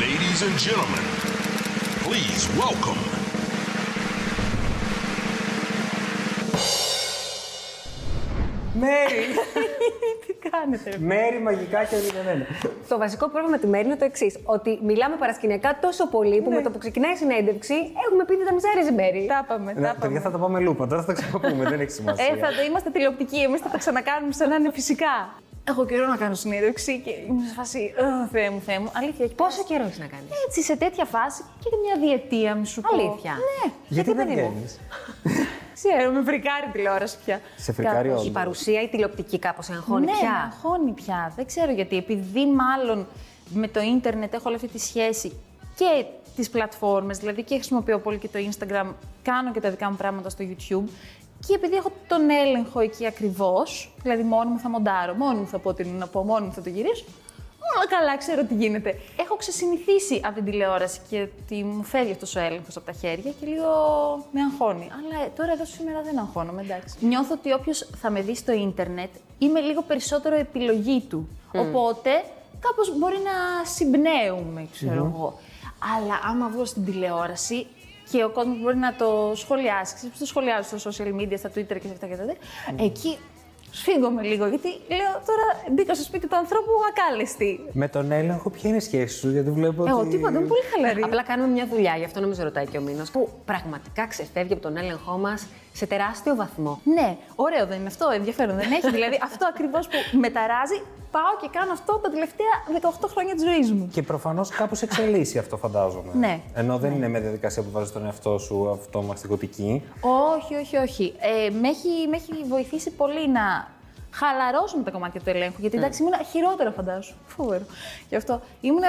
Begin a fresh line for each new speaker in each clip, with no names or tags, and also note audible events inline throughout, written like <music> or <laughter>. Ladies and gentlemen, please welcome.
<laughs>
Μέρι!
Τι κάνετε, ρε.
Μέρι μαγικά και λιμενένα.
Το βασικό πρόβλημα με τη Μέρη είναι το εξής: Ότι μιλάμε παρασκηνιακά τόσο πολύ που με το που ξεκινάει η συνέντευξη έχουμε πει ότι τα μιζάρίζει η Μέρη.
Ναι. Τα είπαμε, τα
Ναι, παιδιά
είπαμε.
θα τα πάμε λούπα, τώρα θα τα ξαναπούμε, δεν έχει σημασία.
Ε, θα το είμαστε τηλεοπτικοί, εμείς θα τα ξανακάνουμε σαν να είναι φυσικά. Έχω καιρό να κάνω συνέντευξη και ήμουν σε φάση, «Ω, Θεέ μου, Θεέ μου, αλήθεια. έχει
Πόσο καιρό έχει να κάνεις.
Έτσι, σε τέτοια φάση και μια διετία, μη σου πω.
Αλήθεια.
Ναι.
Γιατί δεν
παιδί μου.
βγαίνεις?
Ξέρω, με φρικάρει η τηλεόραση πια.
Σε φρικάρει
Κάπως.
όλο.
Η παρουσία η τηλεοπτική κάπως εγχώνει
ναι,
πια.
με αγχώνει πια. Δεν ξέρω γιατί. Επειδή μάλλον με το ίντερνετ έχω όλη αυτή τη σχέση και τις πλατφόρμες, δηλαδή και χρησιμοποιώ πολύ και το Instagram, κάνω και τα δικά μου πράγματα στο YouTube. Και επειδή έχω τον έλεγχο εκεί ακριβώς, δηλαδή μόνη μου θα μοντάρω, μόνη μου θα πω τι είναι να πω, μόνη μου θα το γυρίσω. Μα καλά, ξέρω τι γίνεται. Έχω ξεσυνηθίσει από την τηλεόραση και ότι μου φεύγει αυτός ο έλεγχος από τα χέρια και λίγο με αγχώνει. Αλλά ε, τώρα εδώ σήμερα δεν αγχώνομαι, εντάξει. Νιώθω ότι όποιος θα με δει στο ίντερνετ είμαι λίγο περισσότερο επιλογή του. Οπότε κάπως μπορεί να συμπνέουμε, ξέρω εγώ. Αλλά άμα βγω στην τηλεόραση και ο κόσμος μπορεί να το σχολιάσει, ξέρεις, το σχολιάζει στο social media, στα Twitter και σε αυτά και τότε. Εκεί σφίγγομαι λίγο, γιατί λέω τώρα μπήκα στο σπίτι του ανθρώπου ακάλεστη.
Με τον έλεγχο, ποια είναι η σχέση σου, γιατί βλέπω.
Εγώ
ότι...
τίποτα, είμαι πολύ χαλαρή.
Απλά κάνουμε μια δουλειά, γι' αυτό νομίζω ρωτάει και ο Μήνος, που πραγματικά ξεφεύγει από τον έλεγχό μας σε τεράστιο βαθμό.
Ναι, ωραίο δεν είναι αυτό, ενδιαφέρον δεν έχει. δηλαδή αυτό ακριβώς που με ταράζει, πάω και κάνω αυτό τα τελευταία 18 χρόνια της ζωής μου.
Και προφανώς κάπως εξελίσσει αυτό, φαντάζομαι.
Ναι.
Ενώ δεν είναι με διαδικασία που βάζεις τον εαυτό σου αυτομαστικοτική.
Όχι, όχι, όχι. Ε, με, έχει, με έχει βοηθήσει πολύ να χαλαρώσουμε τα κομμάτια του ελέγχου. Γιατί εντάξει,
Ναι.
ήμουν χειρότερα, φαντάζομαι. Φοβερό. Γι' αυτό ήμουν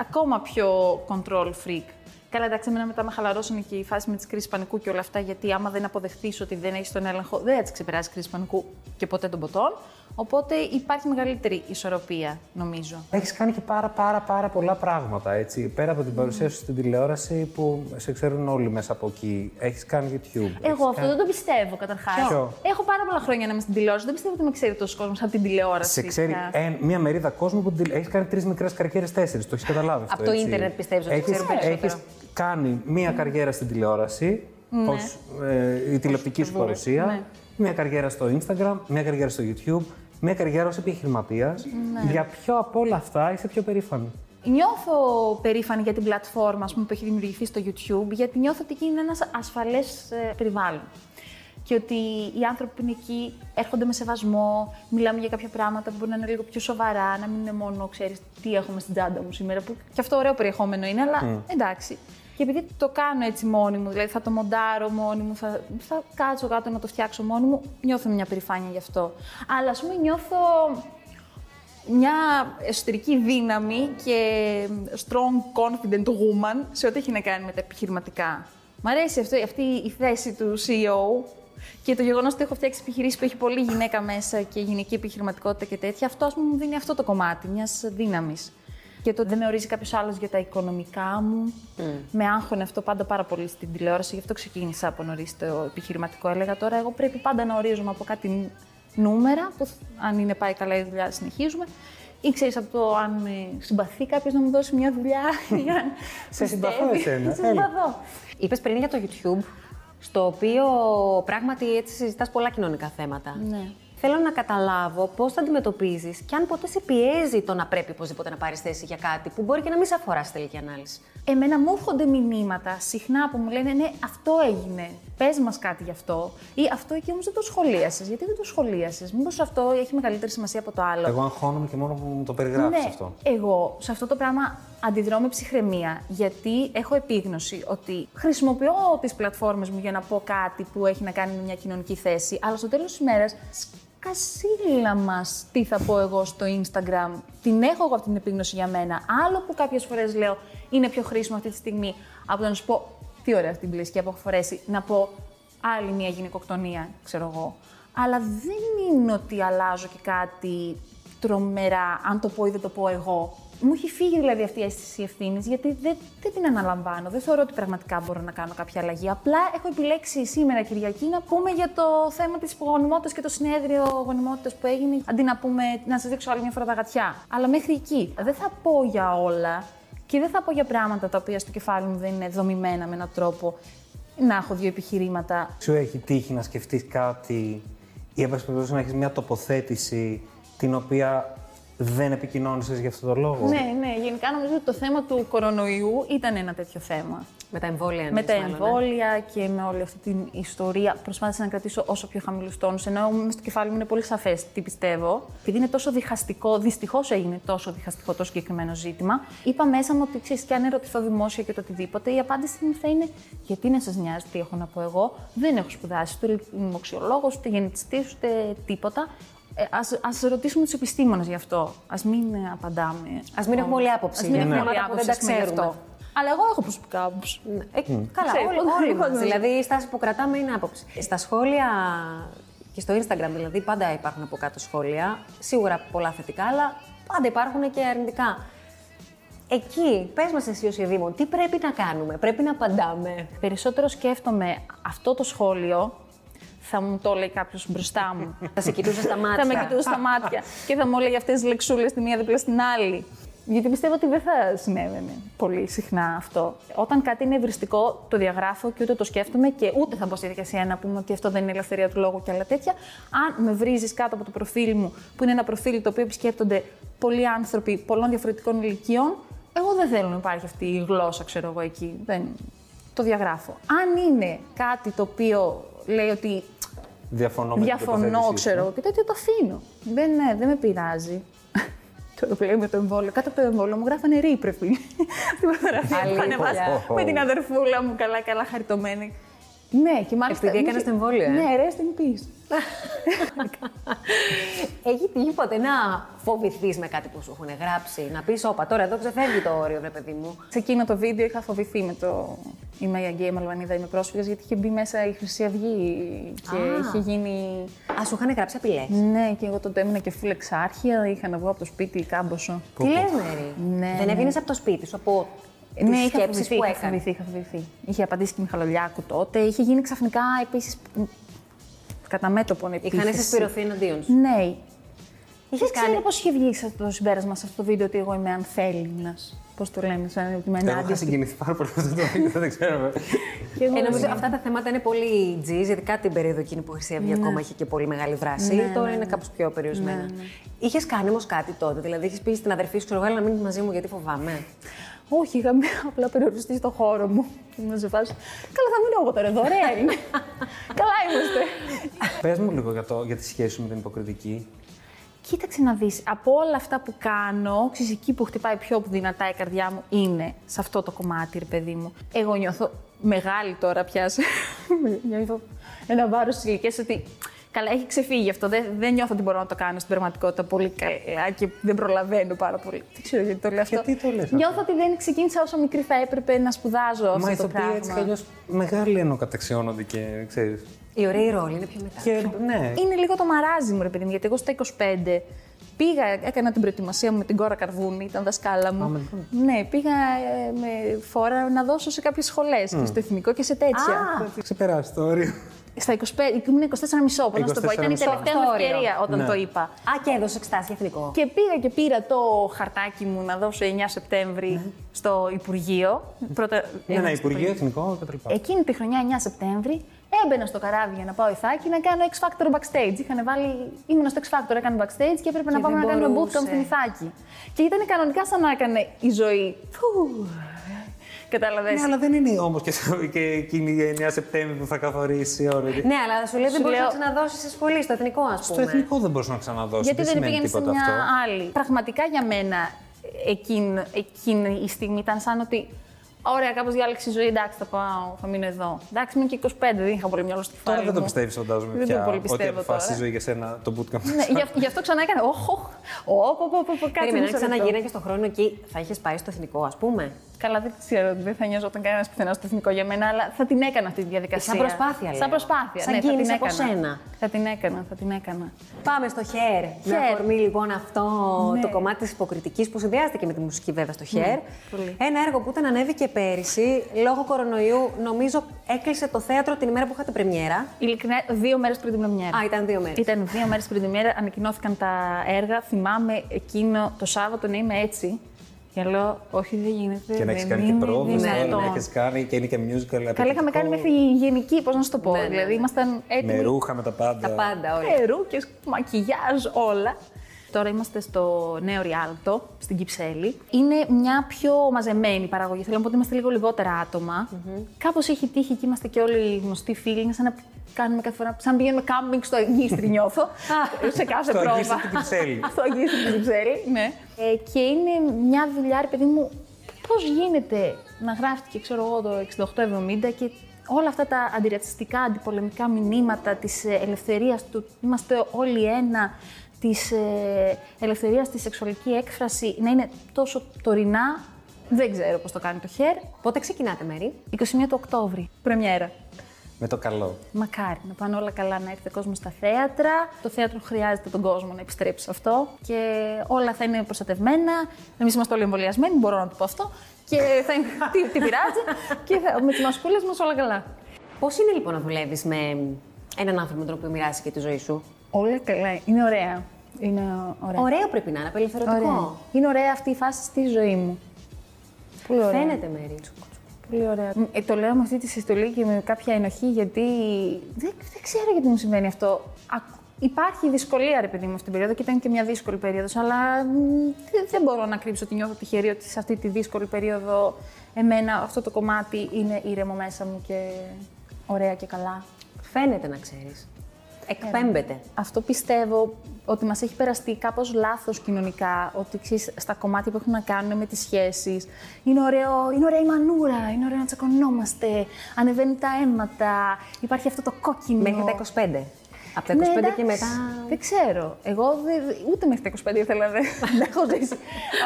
ακόμα πιο control freak. Καλά, εντάξει, εμένα μετά με χαλαρώσανε και η φάση με τις κρίσεις πανικού και όλα αυτά. Γιατί άμα δεν αποδεχθεί ότι δεν έχεις τον έλεγχο, δεν θα τι ξεπεράσει κρίση πανικού και ποτέ των ποτών. Οπότε υπάρχει μεγαλύτερη ισορροπία, νομίζω.
Έχεις κάνει και πάρα πάρα πάρα πολλά πράγματα. Έτσι. Πέρα από την παρουσία σου στην τηλεόραση που σε ξέρουν όλοι μέσα από εκεί. Έχεις κάνει YouTube. έχεις
Εγώ αυτό
κάνει-
δεν το πιστεύω καταρχάς.
Ποιο?
Έχω πάρα πολλά χρόνια να είμαι στην τηλεόραση. Δεν πιστεύω ότι με ξέρει τόσο κόσμος από την τηλεόραση.
Σε ξέρει
πια.
εν- μία μερίδα κόσμου που έχεις κάνει τρεις μικρές καριέρες, τέσσερις. Το έχεις καταλάβει αυτό.
Από το
έτσι.
ίντερνετ πιστεύεις ότι
Έχεις-
ξέρουν περισσότερο.
έχεις κάνει μία καριέρα στην τηλεόραση,
Ναι.
ως, ε, η τηλεοπτική σου παρουσία, μία καριέρα στο Instagram, μία καριέρα στο YouTube, μία καριέρα ως επιχειρηματίας.
Ναι.
Για ποιο από όλα αυτά είσαι πιο περήφανη.
Νιώθω περήφανη για την πλατφόρμα ας πούμε, που έχει δημιουργηθεί στο YouTube, γιατί νιώθω ότι εκεί είναι ένας ασφαλές περιβάλλον. Και ότι οι άνθρωποι που είναι εκεί έρχονται με σεβασμό, μιλάμε για κάποια πράγματα που μπορεί να είναι λίγο πιο σοβαρά, να μην είναι μόνο ξέρεις τι έχουμε στην τσάντα μου σήμερα. Που και αυτό ωραίο περιεχόμενο είναι, αλλά εντάξει. Και επειδή το κάνω έτσι μόνη μου, δηλαδή θα το μοντάρω μόνη μου, θα, θα κάτσω κάτω να το φτιάξω μόνη μου, νιώθω μια περηφάνεια γι' αυτό. Αλλά ας πούμε νιώθω μια εσωτερική δύναμη και strong confident woman σε ό,τι έχει να κάνει με τα επιχειρηματικά. Μ' αρέσει αυτό, αυτή η θέση του CEO και το γεγονός ότι έχω φτιάξει επιχειρήσεις που έχει πολλή γυναίκα μέσα και γυναική επιχειρηματικότητα και τέτοια, αυτό ας πούμε, μου δίνει αυτό το κομμάτι μιας δύναμης. Και το ότι δεν με ορίζει κάποιος άλλος για τα οικονομικά μου.
Mm.
Με άγχωνε αυτό πάντα πάρα πολύ στην τηλεόραση, γι' αυτό ξεκίνησα από νωρίς το επιχειρηματικό. Έλεγα τώρα, εγώ πρέπει πάντα να ορίζομαι από κάτι νούμερα, που αν είναι πάει καλά η δουλειά συνεχίζουμε. Ή ξέρεις από το αν με συμπαθεί κάποιος να μου δώσει μια
<laughs>
δουλειά. ή αν
Σε συμπαθώ
πιστεύει.
εσένα,
Σε
έλα.
συμπαθώ.
Είπες πριν για το YouTube, στο οποίο πράγματι έτσι συζητάς πολλά κοινωνικά θέματα.
Ναι.
Θέλω να καταλάβω πώς θα αντιμετωπίζεις και αν ποτέ σε πιέζει το να πρέπει οπωσδήποτε να πάρεις θέση για κάτι που μπορεί και να μην σε αφορά στη τελική ανάλυση.
Εμένα μου έρχονται μηνύματα συχνά που μου λένε Ναι, αυτό έγινε. Πες μας κάτι γι' αυτό. Ή αυτό εκεί όμως δεν το σχολίασες. Γιατί δεν το σχολίασες. Μήπως αυτό έχει μεγαλύτερη σημασία από το άλλο.
Εγώ αγχώνομαι και μόνο που μου το περιγράφεις
ναι,
αυτό.
Εγώ σε αυτό το πράγμα αντιδρώ με ψυχραιμία, γιατί έχω επίγνωση ότι χρησιμοποιώ τις πλατφόρμες μου για να πω κάτι που έχει να κάνει με μια κοινωνική θέση, αλλά στο τέλος της ημέρας σκασίλα μας τι θα πω εγώ στο Instagram. Την έχω εγώ αυτή την επίγνωση για μένα. Άλλο που κάποιες φορές λέω είναι πιο χρήσιμο αυτή τη στιγμή από το να σου πω τι ωραία αυτή την πλέσκια που έχω φορέσει, να πω άλλη μια γυναικοκτονία, ξέρω εγώ. Αλλά δεν είναι ότι αλλάζω και κάτι τρομερά, αν το πω ή δεν το πω εγώ. Μου έχει φύγει δηλαδή αυτή η αίσθηση ευθύνης, γιατί δεν, δεν την αναλαμβάνω. Δεν θεωρώ ότι πραγματικά μπορώ να κάνω κάποια αλλαγή. Απλά έχω επιλέξει σήμερα, Κυριακή, να πούμε για το θέμα της γονιμότητας και το συνέδριο γονιμότητας που έγινε, αντί να πούμε να σας δείξω άλλη μια φορά τα γατιά. Αλλά μέχρι εκεί. Δεν θα πω για όλα. Και Και δεν θα πω για πράγματα τα οποία στο κεφάλι μου δεν είναι δομημένα με έναν τρόπο να έχω δύο επιχειρήματα.
Σου έχει τύχει να σκεφτείς κάτι ή εν πάση περιπτώσει να έχεις μια τοποθέτηση την οποία δεν επικοινώνησες για αυτόν τον λόγο.
Ναι, ναι, γενικά νομίζω ότι το θέμα του κορονοϊού ήταν ένα τέτοιο θέμα.
Με τα εμβόλια.
Με τα
εννοείς, μάλλον, ε.
εμβόλια και με όλη αυτή την ιστορία προσπάθησα να κρατήσω όσο πιο χαμηλούς τόνους. Ενώ μέσα στο κεφάλι μου είναι πολύ σαφές τι πιστεύω. Επειδή είναι τόσο διχαστικό, δυστυχώς έγινε τόσο διχαστικό το συγκεκριμένο ζήτημα, είπα μέσα μου ότι ξέρεις, και αν ερωτηθώ δημόσια και το οτιδήποτε, η απάντηση μου θα είναι Γιατί να σας νοιάζει τι έχω να πω εγώ. Δεν έχω σπουδάσει, ούτε είμαι οξιολόγο, ούτε γενετιστή, ούτε τίποτα. Ε, ας, ας ρωτήσουμε τους επιστήμονες γι' αυτό. Ας μην ε, απαντάμε.
Ας μην έχουμε όλη άποψη.
Ας μην
για
έχουμε όλη
πράγματα που δεν
άποψη,
τα
ας πούμε, γι'
ξέρουμε.
αυτό. Αλλά εγώ έχω προσωπικά άποψη.
Ε, Καλά,
Ξέρω,
όλοι,
δεν
όλοι μας.
νομίζω.
Δηλαδή, η στάση που κρατάμε είναι άποψη. Στα σχόλια και στο Instagram, δηλαδή, πάντα υπάρχουν από κάτω σχόλια. Σίγουρα πολλά θετικά, αλλά πάντα υπάρχουν και αρνητικά. Εκεί, πες μας εσύ ως Δήμο, τι πρέπει να κάνουμε, πρέπει να απαντάμε.
Περισσότερο σκέφτομαι αυτό το σχόλιο θα μου το λέει κάποιος μπροστά μου.
Θα σε κοιτούσα στα μάτια.
θα με κοιτούσε στα μάτια και θα μου έλεγε αυτές τις λεξούλες τη μία δίπλα στην άλλη. Γιατί πιστεύω ότι δεν θα συνέβαινε πολύ συχνά αυτό. Όταν κάτι είναι ευριστικό, το διαγράφω και ούτε το σκέφτομαι και ούτε θα μπω στη διαδικασία να πούμε ότι αυτό δεν είναι ελευθερία του λόγου και άλλα τέτοια. Αν με βρίζεις κάτω από το προφίλ μου, που είναι ένα προφίλ το οποίο επισκέπτονται πολλοί άνθρωποι πολλών διαφορετικών ηλικιών, εγώ δεν θέλω να υπάρχει αυτή η γλώσσα, ξέρω εγώ εκεί. Δεν... Το διαγράφω. Αν είναι κάτι το οποίο λέει ότι
Διαφωνώ με την
Διαφωνώ,
τοποθέτησή ναι.
ξέρω
σου.
εγώ. Και τέτοιο το αφήνω. Δεν, ναι, δεν με πειράζει. <laughs> το πλέον με το εμβόλιο. Κάτω από το εμβόλιο μου γράφανε ρίπρε, φίλε. <laughs> Την φωτογραφία που
Αλήθεια.
ανεβάσα
Οχο.
με την αδερφούλα μου καλά, καλά χαριτωμένη. Ναι, και μάλιστα.
Επειδή
μου
έκανες
είχε-
το εμβόλιο, ε.
Ναι, rest in peace.
<laughs> Έχει τύχει ποτέ να φοβηθείς με κάτι που σου έχουν γράψει, να πεις: Όπα, τώρα εδώ ξεφεύγει το όριο, βρε παιδί μου.
<laughs> Σε εκείνο το βίντεο είχα φοβηθεί με το Είμαι η Αγγέα, είμαι Αλβανίδα, είμαι πρόσφυγας, γιατί είχε μπει μέσα η Χρυσή Αυγή και
Α.
είχε γίνει...
Α, σου είχαν γράψει απειλές.
Ναι, και εγώ τότε έμεινα και φούλε εξάρχεια, είχα να βγω από το σπίτι κάμποσο.
Τι λες, Μέρη.
Ναι,
Δεν
ναι.
έβγαινες από το σπίτι σου, από τι
ναι, είχα
σκέψει
φοβηθεί,
που
είχα
έκανε.
φοβηθεί, είχα φοβηθεί. Είχε απαντήσει και η Μιχαλολιάκου τότε. Είχε γίνει ξαφνικά επίσης. κατά μέτωπον επίθεση.
Είχαν συσπηρωθεί εναντίον σου.
Ναι.
Είχες
Δεν
κάνει-
ξέρω πώς είχε βγει σε αυτό το συμπέρασμα σε αυτό το βίντεο ότι εγώ είμαι ανθέλινα. Πώς το λέμε, σαν ότι είμαι
Εγώ είχα
ενάντια.
συγκινηθεί πάρα πολύ με αυτό το βίντεο, δεν ξέρω.
Και εγώ
Ε, νομίζω
είμαι.
αυτά τα θέματα είναι πολύ τζιζ, ειδικά την περίοδο εκείνη που η Χρυσή
Ναι.
Αυγή ακόμα είχε και πολύ μεγάλη δράση. Τώρα είναι κάπως πιο περιορισμένα.
ναι.
Είχες κάνει όμως κάτι τότε, δηλαδή είχες πει στην αδερφή σου, ξέρω εγώ, «Έλα να μείνεις μαζί μου γιατί φοβάμαι.
Όχι, είχα απλά περιοριστεί στο χώρο μου. Ήμουν σε φάση. Καλά, θα μείνω εγώ τώρα εδώ, ωραία
<laughs>
είναι. Καλά είμαστε.
Πες μου λίγο για, το, για τη σχέση σου με την υποκριτική.
Κοίταξε να δεις, από όλα αυτά που κάνω, ξέρεις, εκεί που χτυπάει πιο δυνατά η καρδιά μου είναι σε αυτό το κομμάτι, ρε παιδί μου. Εγώ νιώθω μεγάλη τώρα πια, σε- <laughs> νιώθω ένα βάρος της ηλικίας ότι καλά έχει ξεφύγει αυτό, δεν, δεν νιώθω ότι μπορώ να το κάνω στην πραγματικότητα πολύ καλά και δεν προλαβαίνω πάρα πολύ. Δεν ξέρω γιατί το λέω αυτό.
Γιατί το λες αυτό?
Νιώθω ότι δεν ξεκίνησα όσο μικρή θα έπρεπε να σπουδάζω
Μα
αυτό το
ηθοποιοί
πράγμα.
έτσι κι αλλιώς μεγάλοι ενώ καταξιώνονται και ξέρεις.
Η ωραία η ρόλη είναι πιο μετά.
Και ναι,
Ε, Είναι λίγο το μαράζι μου, ρε παιδί μου, γιατί εγώ στα 25 πήγα, έκανα την προετοιμασία μου με την κόρα Καρβούνη, ήταν δασκάλα μου.
λοιπόν.
ναι, πήγα ε, με φόρα να δώσω σε κάποιες σχολές
Mm.
και στο εθνικό και σε τέτοια.
θα ξεπεράσει το όριο.
Στα 25, ήμουν 24,5 όπω να σου το πω. Ήταν η
24,5.
τελευταία μου
Στο όριο.
ευκαιρία όταν
Ναι.
το είπα.
Α, και έδωσε εξτάσει για εθνικό.
Και πήγα και πήρα το χαρτάκι μου να δώσω 9 Σεπτέμβρη στο Υπουργείο. Πρώτα, ε,
Ναι, ναι,
ήμουν στο
Υπουργείο Εθνικό κτλ.
Εκείνη τη χρονιά, 9 Σεπτέμβρη, έμπαινα στο καράβι για να πάω Ιθάκη να κάνω X Factor backstage. Είχαν βάλει, ήμουν στο X Factor, έκανα backstage και έπρεπε να
Και
πάμε να
δεν
κάνουμε
μπορούσε.
bootcamp στην Ιθάκη. Και ήταν κανονικά σαν να έκανε η ζωή. Φου. Κατάλαβες.
Ναι, αλλά δεν είναι όμως και, και εκείνη η 9 Σεπτέμβρη που θα καθορίσει όρο.
Ναι, αλλά σου λέει δεν
Σου
μπορείς να
λέω-
ξαναδώσεις σε σχολή, στο εθνικό, ας πούμε.
Στο εθνικό δεν μπορούσε να ξαναδώσει.
Γιατί δεν
σημαίνει
πήγαινες σε
τίποτα
μια
αυτό.
άλλη. Πραγματικά για μένα εκείνη, εκείνη η στιγμή ήταν σαν ότι. Ωραία, κάπως διάλεξε η ζωή. Εντάξει, θα πάω, θα μείνω εδώ. Εντάξει, ήμουν και 25, δεν είχα πολύ μυαλό στο κεφάλι.
Τώρα δεν το
μου.
πιστεύεις, φαντάζομαι
Δεν
πια.
το πολύ
ότι
πιστεύω
αποφάσισε η
τώρα.
ζωή για σένα το bootcamp. <laughs>
Ναι, γι' αυτό- γι' αυτό ξανά έκανα. Όχ, όχ, ω, πω, πω, πω, πω, κάτσε
Περίμενα, αν
μισό λεπτό.
ξαναγίναγε στον χρόνο εκεί, θα είχες πάει στο εθνικό, ας πούμε.
Καλά, δεν ξέρω, δεν θα νοιαζόταν κανένα πουθενάς στο εθνικό για μένα, αλλά θα την έκανα αυτή τη διαδικασία.
Σαν προσπάθεια, λέω.
Σαν προσπάθεια.
Σαν
ναι, θα την
κίνηση από
έκανα.
σένα.
Θα την έκανα, θα την έκανα.
Πάμε στο χέρ. Με
Hair.
αφορμή λοιπόν αυτό
Ναι.
το κομμάτι της υποκριτικής που συνδυάστηκε με τη μουσική, βέβαια, στο χέρ.
πολύ.
Ένα έργο που ήταν ανέβηκε πέρυσι λόγω κορονοϊού. Νομίζω έκλεισε το θέατρο την ημέρα που είχατε πρεμιέρα.
Ειλικρινά, δύο μέρες πριν την πρεμιέρα.
Α, ήταν δύο μέρες.
Ήταν δύο μέρες πριν την ημέρα, ανακοινώθηκαν τα έργα. Θυμάμαι εκείνο το Σάββατο να ναι, είμαι έτσι. Και λέω, Όχι, δεν γίνεται.
Και να έχεις
δεν
κάνει και
είναι
πρόβε,
δυνατόν».
να έχεις κάνει και είναι και musical.
ναι, Καλά, είχαμε κάνει μέχρι γενική, πώς να σου το πω.
Ναι, ναι,
Δηλαδή,
ναι.
ήμασταν
Με
έτοιμοι.
ρούχα, με τα πάντα.
Τα πάντα όλα.
Νερού και μακιγιάζ, όλα. Τώρα είμαστε στο νέο Ριάλτο, στην Κυψέλη. Είναι μια πιο μαζεμένη παραγωγή. Θέλω να πω ότι είμαστε λίγο λιγότερα άτομα. Κάπως έχει τύχει και είμαστε και όλοι γνωστοί φίλοι. Είναι σαν να κάνουμε κάθε φορά. σαν να πηγαίνουμε κάμπινγκ στο Αγγίστρι, νιώθω. σε κάθε
Στο
πρόβα.
Αγγίστρι την Κυψέλη.
<laughs> Στο Αγγίστρι την Κυψέλη, ναι. Ε, και είναι μια δουλειά, ρε παιδί μου, πώς γίνεται να γράφτηκε, ξέρω εγώ, το 68-70 και όλα αυτά τα αντιρατσιστικά, αντιπολεμικά μηνύματα της ελευθερίας του είμαστε όλοι ένα, της ελευθερία στη σεξουαλική έκφραση να είναι τόσο τωρινά. Δεν ξέρω πώς το κάνει το χέρ.
Πότε ξεκινάτε, Μέρη.
21 του Οκτώβρη. Πρεμιέρα.
Με το καλό.
Μακάρι να πάνε όλα καλά, να έρθει ο κόσμος στα θέατρα. Το θέατρο χρειάζεται τον κόσμο να επιστρέψει σε αυτό. Και όλα θα είναι προστατευμένα. Εμείς είμαστε όλοι εμβολιασμένοι, μπορώ να το πω αυτό. Και θα <laughs> είναι. τι, τι πειράζει. και θα, με τις μασκούλες μας όλα καλά.
Πώς είναι λοιπόν να δουλεύεις με έναν άνθρωπο με τον οποίο μοιράσει και τη ζωή σου.
Όλα καλά. Είναι ωραία. Είναι ωραία.
Ωραίο πρέπει να είναι, απελευθερωτικό.
Είναι Ναι. ωραία αυτή η φάση στη ζωή μου. Πολύ ωραία.
Φαίνεται, Μέρη.
Πολύ ωραία. Ε, το λέω με αυτή τη συστολή και με κάποια ενοχή, γιατί δεν, δεν ξέρω γιατί μου συμβαίνει αυτό. Α, υπάρχει δυσκολία, ρε παιδί μου, αυτή την περίοδο και ήταν και μια δύσκολη περίοδος. Αλλά μ, δεν, δεν μπορώ να κρύψω ότι νιώθω τυχερή ότι σε αυτή τη δύσκολη περίοδο εμένα αυτό το κομμάτι είναι ήρεμο μέσα μου και ωραία και καλά.
Φαίνεται να ξέρεις. Εκπέμπεται.
Αυτό πιστεύω ότι μας έχει περαστεί κάπως λάθος κοινωνικά, ότι ξέρεις, στα κομμάτια που έχουν να κάνουν με τις σχέσεις, είναι, ωραίο, είναι ωραία η μανούρα, είναι ωραίο να τσακωνόμαστε, ανεβαίνουν τα αίματα, υπάρχει αυτό το κόκκινο.
Μέχρι τα 25. Από τα 25
Ναι,
και
εντάξει,
μετά.
Δεν ξέρω. Εγώ δεν- ούτε μέχρι τα 25 ήθελα
<laughs>
να δεν έχω ζήσει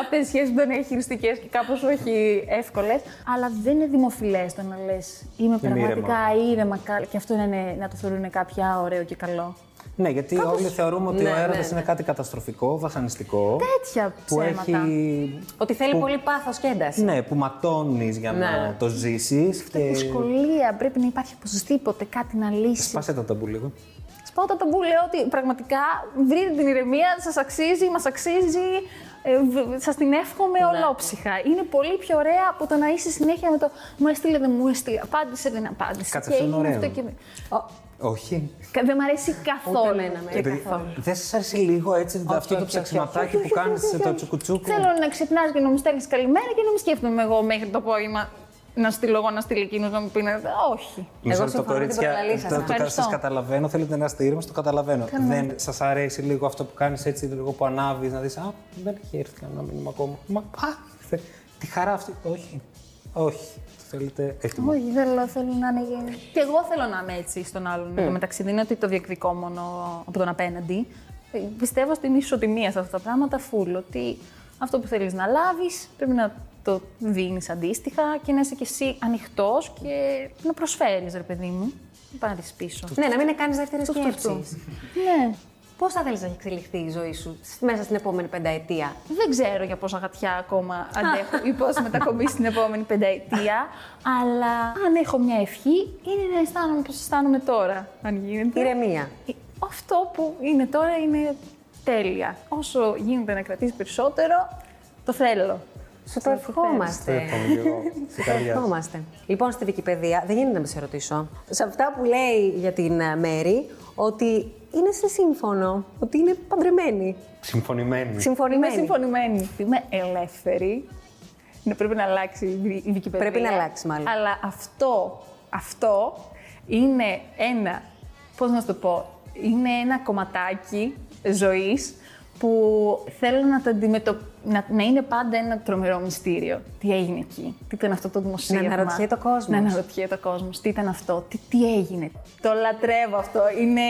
αυτέ τις σχέσεις που δεν είναι χειριστικές και κάπως όχι εύκολες. Αλλά δεν είναι δημοφιλές το να λες είμαι πραγματικά ήρεμα. κα- Και αυτό είναι να το θεωρούν κάποια ωραίο και καλό.
Ναι, γιατί όλοι θεωρούμε ότι
Ναι,
ο
ναι,
έρωτας
ναι.
είναι κάτι καταστροφικό, βασανιστικό.
Τέτοια
που
ψέματα.
έχει.
Ότι θέλει πολύ πάθος και ένταση.
Ναι, που ματώνεις για να
Ναι.
το ζήσεις.
Υπάρχει
Και...
δυσκολία, πρέπει να υπάρχει οπωσδήποτε κάτι να λύσεις.
Σπάσε τα ταμπού λίγο.
Σπάω τα ταμπού, λέω ότι πραγματικά βρείτε την ηρεμία, σας αξίζει, μας αξίζει. Ε, σας την
Ναι.
εύχομαι ολόψυχα. Είναι πολύ πιο ωραία από το να είσαι συνέχεια με το μου έστειλε, δεν μου έστειλε, απάντησε, δεν απάντησε.
Κάτσε,
Και
αυτό είναι
έγινε
ωραίο.
και...
Όχι.
Κα- Δεν μ' αρέσει καθόλου.
εμένα, με.
Και
Επειδή-
καθόλου.
Δεν σας αρέσει λίγο έτσι αυτό
όχι,
το
όχι,
ψαξιματάκι
όχι,
που
όχι,
κάνεις
όχι, όχι,
το
όχι.
τσουκουτσούκου.
Θέλω να ξυπνάς και να μου στέλνεις καλημέρα και να μην σκέφτομαι εγώ μέχρι το απόγευμα να στείλω εγώ, να στείλει εκείνος, να μου πει. να- Όχι.
Μισό
Εγώ
λεπτό,
συμφωνώ με την
κορίτσια.
προκαλή σας.
το- Το,
Ευχαριστώ.
σα καταλαβαίνω, θέλετε να είστε ήρεμοι, το καταλαβαίνω. Δεν σας αρέσει λίγο αυτό που κάνεις έτσι, λίγο που ανάβεις, να δεις Α, δεν έχει έρθει κανένα μήνυμα ακόμα. Μα πά, ήρθε. Τη χαρά αυτή. Όχι. Όχι. Θέλετε έτοιμο.
Όχι, θέλω, θέλω να είναι. Και εγώ θέλω να είμαι έτσι στον άλλον. Mm. μεταξύ, δεν είναι ότι το διεκδικώ μόνο από τον απέναντι. Ε, Πιστεύω στην ισοτιμία σε αυτά τα πράγματα, φουλ. Ότι αυτό που θέλεις να λάβεις πρέπει να το δίνεις αντίστοιχα και να είσαι κι εσύ ανοιχτός και να προσφέρεις, ρε παιδί μου. Μην πάρεις πίσω.
Ναι, να μην κάνεις δεύτερες
Του, του, του.
σκέψεις.
Ναι.
Πώς θα θέλεις να έχει εξελιχθεί η ζωή σου σ- μέσα στην επόμενη πενταετία.
Δεν ξέρω για πόσα γατιά ακόμα αντέχω ή πώς μετακομίσει στην επόμενη πενταετία, αλλά αν έχω μια ευχή είναι να αισθάνομαι πώς αισθάνομαι τώρα, αν γίνεται.
Ηρεμία.
Ε, Αυτό που είναι τώρα είναι τέλεια. Όσο γίνεται να κρατήσει περισσότερο, το θέλω.
Σου το ευχόμαστε.
Ευχόμαστε.
Ευχόμαστε. Λοιπόν, στη Wikipedia δεν γίνεται να με σε ρωτήσω. Σε αυτά που λέει για την ε, μέρη, ότι είναι σε σύμφωνο, ότι είναι παντρεμένη.
Ναι. Συμφωνημένοι.
Είμαι
Συμφωνημένη.
συμφωνημένη. Είμαι ελεύθερη. Ναι, πρέπει να αλλάξει η Βι- η Wikipedia.
Πρέπει να αλλάξει, μάλλον.
Αλλά αυτό, αυτό είναι ένα, πώς να σου το πω, είναι ένα κομματάκι ζωής που θέλω να, τα αντιμετω- να, να είναι πάντα ένα τρομερό μυστήριο. Τι έγινε εκεί, τι ήταν αυτό το δημοσίευμα.
Να αναρωτιέται ο κόσμος.
Να αναρωτιέται ο κόσμος, τι ήταν αυτό, τι, τι έγινε. Το λατρεύω αυτό, είναι,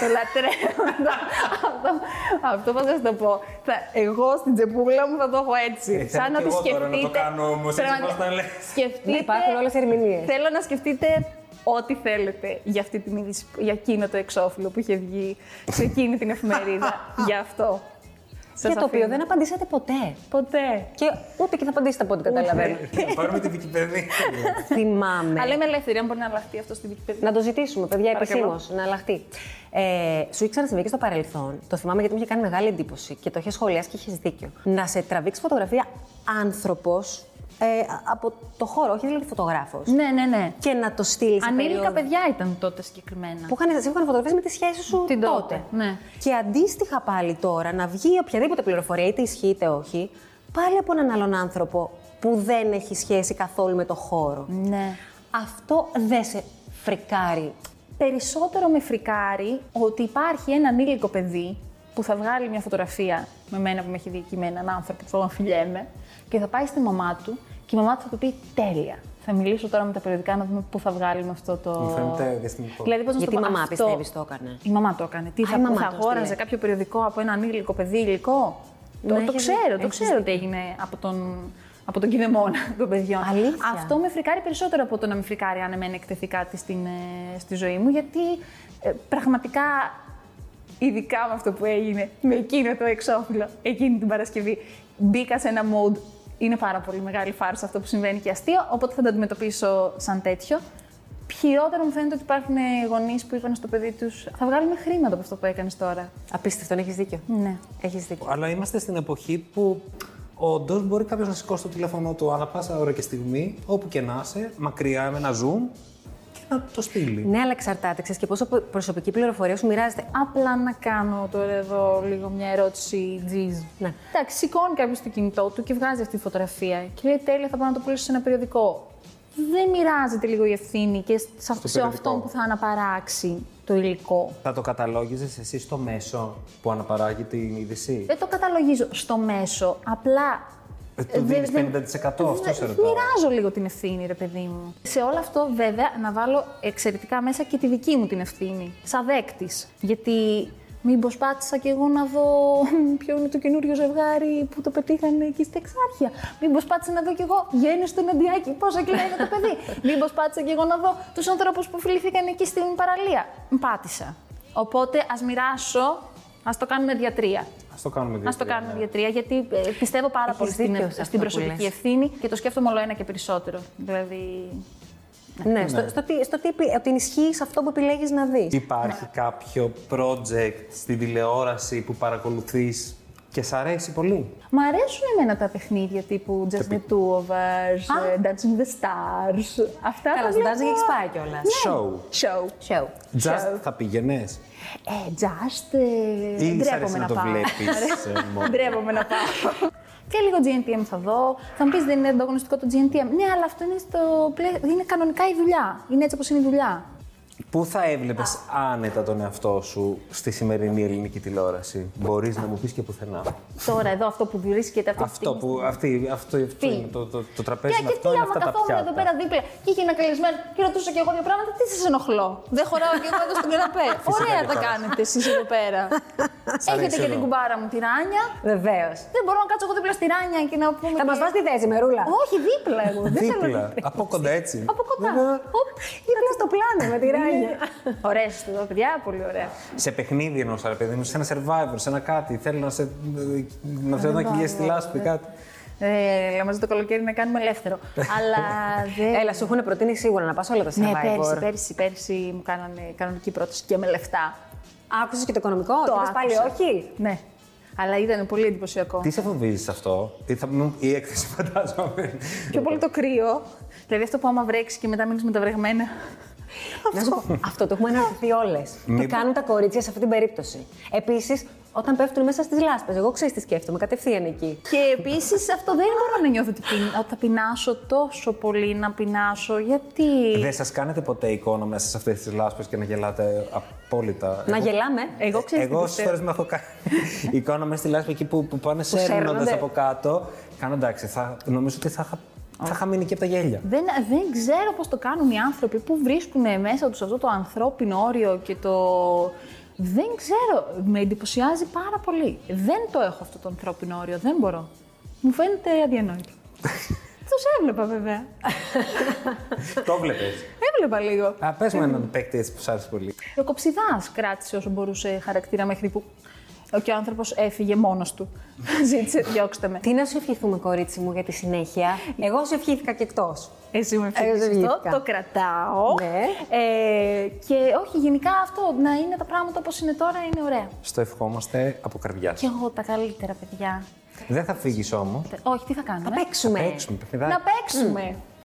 το λατρεύω <laughs> αυτό. αυτό, αυτό πώς να σου το πω. Θα- εγώ στην τσεπούλα μου θα το έχω έτσι.
Ε, θέλω
Σαν
κι
να τη
εγώ τώρα να το
σκεφτείτε.
κάνω όμως, έτσι
Πραγματικά,
όπως τα λες.
Σκεφτείτε.
Ναι, υπάρχουν όλες οι ερμηνείες.
Θέλω να σκεφτείτε ό,τι θέλετε για αυτή την
<laughs>
είδηση, για εκείνο το εξώφυλλο που είχε βγει σε εκείνη την εφημερίδα. για αυτό. Σας
για το οποίο
αφήνω.
δεν απαντήσατε ποτέ.
Ποτέ.
Και ούτε και θα απαντήσετε από ό,τι
<laughs>
καταλαβαίνω.
Να πάρουμε την Wikipedia.
Θυμάμαι.
Αλλά είμαι ελεύθερη, αν μπορεί να αλλάχτεί αυτό στην Wikipedia.
Ναι. Να το ζητήσουμε, παιδιά,
Παρακαλώ.
επισήμως, να αλλάχτεί. Ε, σου είχε ξανασυμβεί και στο παρελθόν. Το θυμάμαι γιατί μου είχε κάνει μεγάλη εντύπωση και το είχε σχολιάσει και είχες δίκιο. Να σε τραβήξει φωτογραφία άνθρωπος ε, από το χώρο, όχι δηλαδή φωτογράφος.
Ναι, ναι, ναι.
Και να το στείλεις.
Ανήλικα παιδιά ήταν τότε συγκεκριμένα.
Που είχαν, σε είχαν φωτογραφίε με τη σχέση σου
Την τότε, ναι.
Και αντίστοιχα πάλι τώρα να βγει οποιαδήποτε πληροφορία, είτε ισχύει είτε όχι, πάλι από έναν άλλον άνθρωπο που δεν έχει σχέση καθόλου με το χώρο.
Ναι.
Αυτό δεν σε φρικάρει
Περισσότερο με φρικάρει ότι υπάρχει ένα ανήλικο παιδί που θα βγάλει μια φωτογραφία με μένα που με έχει δει και με έναν άνθρωπο που τον φιλιέμαι και θα πάει στη μαμά του και η μαμά του θα του πει τέλεια. Θα μιλήσω τώρα με τα περιοδικά να δούμε πού θα βγάλουμε αυτό το.
Μου φαίνεται διαστημικό.
Δηλαδή, πώς να σου
Γιατί
το
η
πω,
μαμά
αυτό-
πιστεύεις το έκανε.
Η μαμά το έκανε. Τι
Α,
θα,
η
πού
μαμά
θα
το
αγόραζε
στείλε.
κάποιο περιοδικό από ένα ανήλικο παιδί υλικό.
Ναι,
το, το
έχεις
ξέρω, το
δίκιο.
ξέρω ότι έγινε από τον, από τον κηδεμόνα <laughs> των παιδιών.
Αλήθεια.
Αυτό με φρικάρει περισσότερο από το να με φρικάρει αν εμένα εκτεθεί κάτι στην, ε, στη ζωή μου, γιατί ε, πραγματικά ειδικά με αυτό που έγινε, με εκείνο το εξώφυλλο, εκείνη την Παρασκευή, μπήκα σε ένα mode. Είναι πάρα πολύ μεγάλη φάρσα αυτό που συμβαίνει και αστείο, οπότε θα το αντιμετωπίσω σαν τέτοιο. Χειρότερο μου φαίνεται ότι υπάρχουν γονείς που είπαν στο παιδί τους: Θα βγάλουμε χρήματα από αυτό που έκανες τώρα.
Απίστευτο, έχεις δίκιο.
Ναι.
Έχεις δίκιο.
Αλλά είμαστε στην εποχή που όντω μπορεί κάποιος να σηκώσει το τηλέφωνο του ανά πάσα ώρα και στιγμή, όπου και να είσαι, μακριά με ένα zoom και να το στείλει.
Ναι, αλλά εξαρτάται. Ξέρεις και πόσο προσωπική πληροφορία σου μοιράζεται.
Απλά να κάνω τώρα εδώ λίγο μια ερώτηση τζιζ.
Ναι.
Εντάξει, σηκώνει κάποιος το κινητό του και βγάζει αυτή τη φωτογραφία και λέει τέλεια θα πάω να το πουλήσω σε ένα περιοδικό. Δεν μοιράζεται λίγο η ευθύνη και σε, σε
περιοδικό.
αυτόν που θα αναπαράξει το υλικό.
Θα το καταλόγιζες εσύ στο μέσο που αναπαράγει την είδηση.
Δεν το καταλογίζω στο μέσο, απλά.
Ε, του δίνεις 50%, αυτό
δε-
σε ρωτάω.
Μοιράζω λίγο την ευθύνη, ρε παιδί μου. Σε όλο αυτό, βέβαια, να βάλω εξαιρετικά μέσα και τη δική μου την ευθύνη, σαν δέκτης. Γιατί μην προσπάθησα κι εγώ να δω <laughs> ποιο είναι το καινούριο ζευγάρι που το πετύχανε εκεί στα Εξάρχεια. Μην προσπάθησα να δω κι εγώ γέννη του Νεντιάκη, πόσα κιλά είναι το
<laughs>
παιδί. μην προσπάθησα κι εγώ να δω τους ανθρώπους που φιλήθηκαν εκεί στην παραλία. Πάτησα. Οπότε ας μοιράσω, ας το κάνουμε διατρία.
Ας το κάνουμε
Ας το
διατρία,
κάνουμε
ναι.
διατρία, γιατί ε, πιστεύω πάρα
Έχεις
πολύ στην, ε,
δίκιο σε αυτό
στην
που
προσωπική
λες.
ευθύνη και το σκέφτομαι όλο ένα και περισσότερο. Δηλαδή.
Ναι, Στο, στο, τι- στο τι επι- ότι ενισχύεις αυτό που επιλέγεις να δεις.
Ναι.
Υπάρχει κάποιο project στην τηλεόραση που παρακολουθείς και σ' αρέσει πολύ.
Μ' αρέσουν εμένα τα παιχνίδια τύπου Just the Two of Us, ε, Dancing with the Stars. Αυτά
Καλά,
τα
στον
βλέπω-
Dancing έχεις πάει κιόλας.
Ναι.
Show.
Show.
Show.
Just θα πήγαινε.
Ε, just. Ε,
Ή σ' αρέσει να
ντρέπομαι να
το ε,
πάω.
βλέπεις.
Ντρέπομαι να πάω. και λίγο GNTM θα δω. Θα μου πεις δεν είναι ανταγωνιστικό το GNTM. Ναι, αλλά αυτό είναι, στο... πλαίσιο- είναι κανονικά η δουλειά. Είναι έτσι όπως είναι η δουλειά.
Πού θα έβλεπες άνετα τον εαυτό σου στη σημερινή ελληνική τηλεόραση, Μπορείς να μου πεις και πουθενά.
Τώρα εδώ αυτό που βρίσκεται αυτή τη
Αυτό
στιγμή
που. Αυτή, αυτό, αυτό είναι το, το, το τραπέζι
Και,
με
και
αυτό
τι
είναι
άμα
αυτά τα
καθόμουν
πιάτα.
εδώ πέρα δίπλα και είχε ένα καλεσμένο και ρωτούσα και εγώ δύο πράγματα, τι σας ενοχλώ. Δεν χωράω και εγώ εδώ στον
<laughs>
καναπέ. Ωραία τα κάνετε εσείς εδώ πέρα. Έχετε
αρέσει
και
εδώ.
την κουμπάρα μου τη Ράνια.
Βεβαίως.
Δεν μπορώ να κάτσω εγώ δίπλα στη Ράνια και να πούμε.
Θα
και-
μας βάζει τη θέση, Μερούλα.
<laughs> Όχι, δίπλα εγώ. Δεν θέλω
Δίπλα,
δίπλα.
από κοντά έτσι.
Από κοντά. Ναι.
Βέβαια,
Οπ,
Ήταν στο πλάνο με τη Ράνια.
<laughs> Ωραία είστε εδώ, παιδιά, πολύ ωραία.
σε παιχνίδι ενό ρε παιδί μου, σε ένα survivor, σε ένα κάτι. Θέλω να σε. να θέλω να κυλιέσει τη λάσπη, κάτι.
Ε, αλλά μαζί το καλοκαίρι να κάνουμε
<laughs>
ελεύθερο. αλλά δεν.
Έλα, σου έχουν προτείνει σίγουρα να πας όλα τα
Ε, Ναι, πέρσι,
survivor.
πέρσι, πέρσι μου κάνανε κανονική πρόταση και με λεφτά.
Άκουσες και το οικονομικό.
Το
Το είπες πάλι
άκουσα.
όχι.
Ναι. Αλλά ήταν πολύ εντυπωσιακό.
Τι σε φοβίζει σε αυτό, ή θα μου- η έκθεση <laughs> φαντάζομαι.
Πιο πολύ το κρύο. Δηλαδή αυτό που άμα βρέξεις και μετά μείνεις με τα βρεγμένα.
Να σου πω, αυτό το έχουμε αναρτηθεί όλε. Τι
Μήπως-
κάνουν τα κορίτσια σε αυτή την περίπτωση. Επίσης, όταν πέφτουν μέσα στις λάσπες, εγώ ξέρεις τι σκέφτομαι, κατευθείαν εκεί.
και επίσης αυτό δεν μπορώ να νιώθω ότι, πειν- ότι θα πεινάσω τόσο πολύ να πεινάσω. Γιατί.
Δεν σας κάνετε ποτέ εικόνα μέσα σε αυτές τις λάσπες και να γελάτε απόλυτα.
Να
Εγώ- Ε,
γελάμε.
Εγώ ξέρω.
Εγώ όσε φορέ με έχω κάνει <laughs> εικόνα μέσα στη λάσπη εκεί που, που πάνε
σέρνονται.
σέρνοντα από κάτω. Κάνω εντάξει, θα, νομίζω ότι θα, είχα- θα είχα μείνει και από τα γέλια.
<laughs> Δεν, δεν ξέρω πώς το κάνουν οι άνθρωποι που βρίσκουν μέσα τους αυτό το ανθρώπινο όριο και το... Δεν ξέρω, με εντυπωσιάζει πάρα πολύ. Δεν το έχω αυτό το ανθρώπινο όριο, δεν μπορώ. Μου φαίνεται αδιανόητο. Τους έβλεπα βέβαια.
το βλέπει.
Έβλεπα λίγο.
Α, πες μου έναν παίκτη έτσι που σ' άρεσε πολύ.
Ο Κοψιδάς κράτησε όσο μπορούσε χαρακτήρα μέχρι που και ο άνθρωπος έφυγε μόνος του. <laughs> Ζήτησε, διώξτε με.
Τι να σου ευχηθούμε, κορίτσι μου, για τη συνέχεια. Εγώ σου ευχήθηκα και εκτός.
Ε, Εσύ μου
Εγώ
έφυγε αυτό,
ζητήθηκα.
το κρατάω.
Ναι.
Ε, και όχι, γενικά αυτό να είναι τα πράγματα όπως είναι τώρα είναι ωραία.
Στο ευχόμαστε από καρδιά.
Και εγώ τα καλύτερα, παιδιά. Ε,
Δεν θα φύγεις όμως.
Όχι, τι Ναι. θα Mm. κάνουμε.
Να παίξουμε.
Παίξουμε,
Να
παιχνιδάκι.
παίξουμε.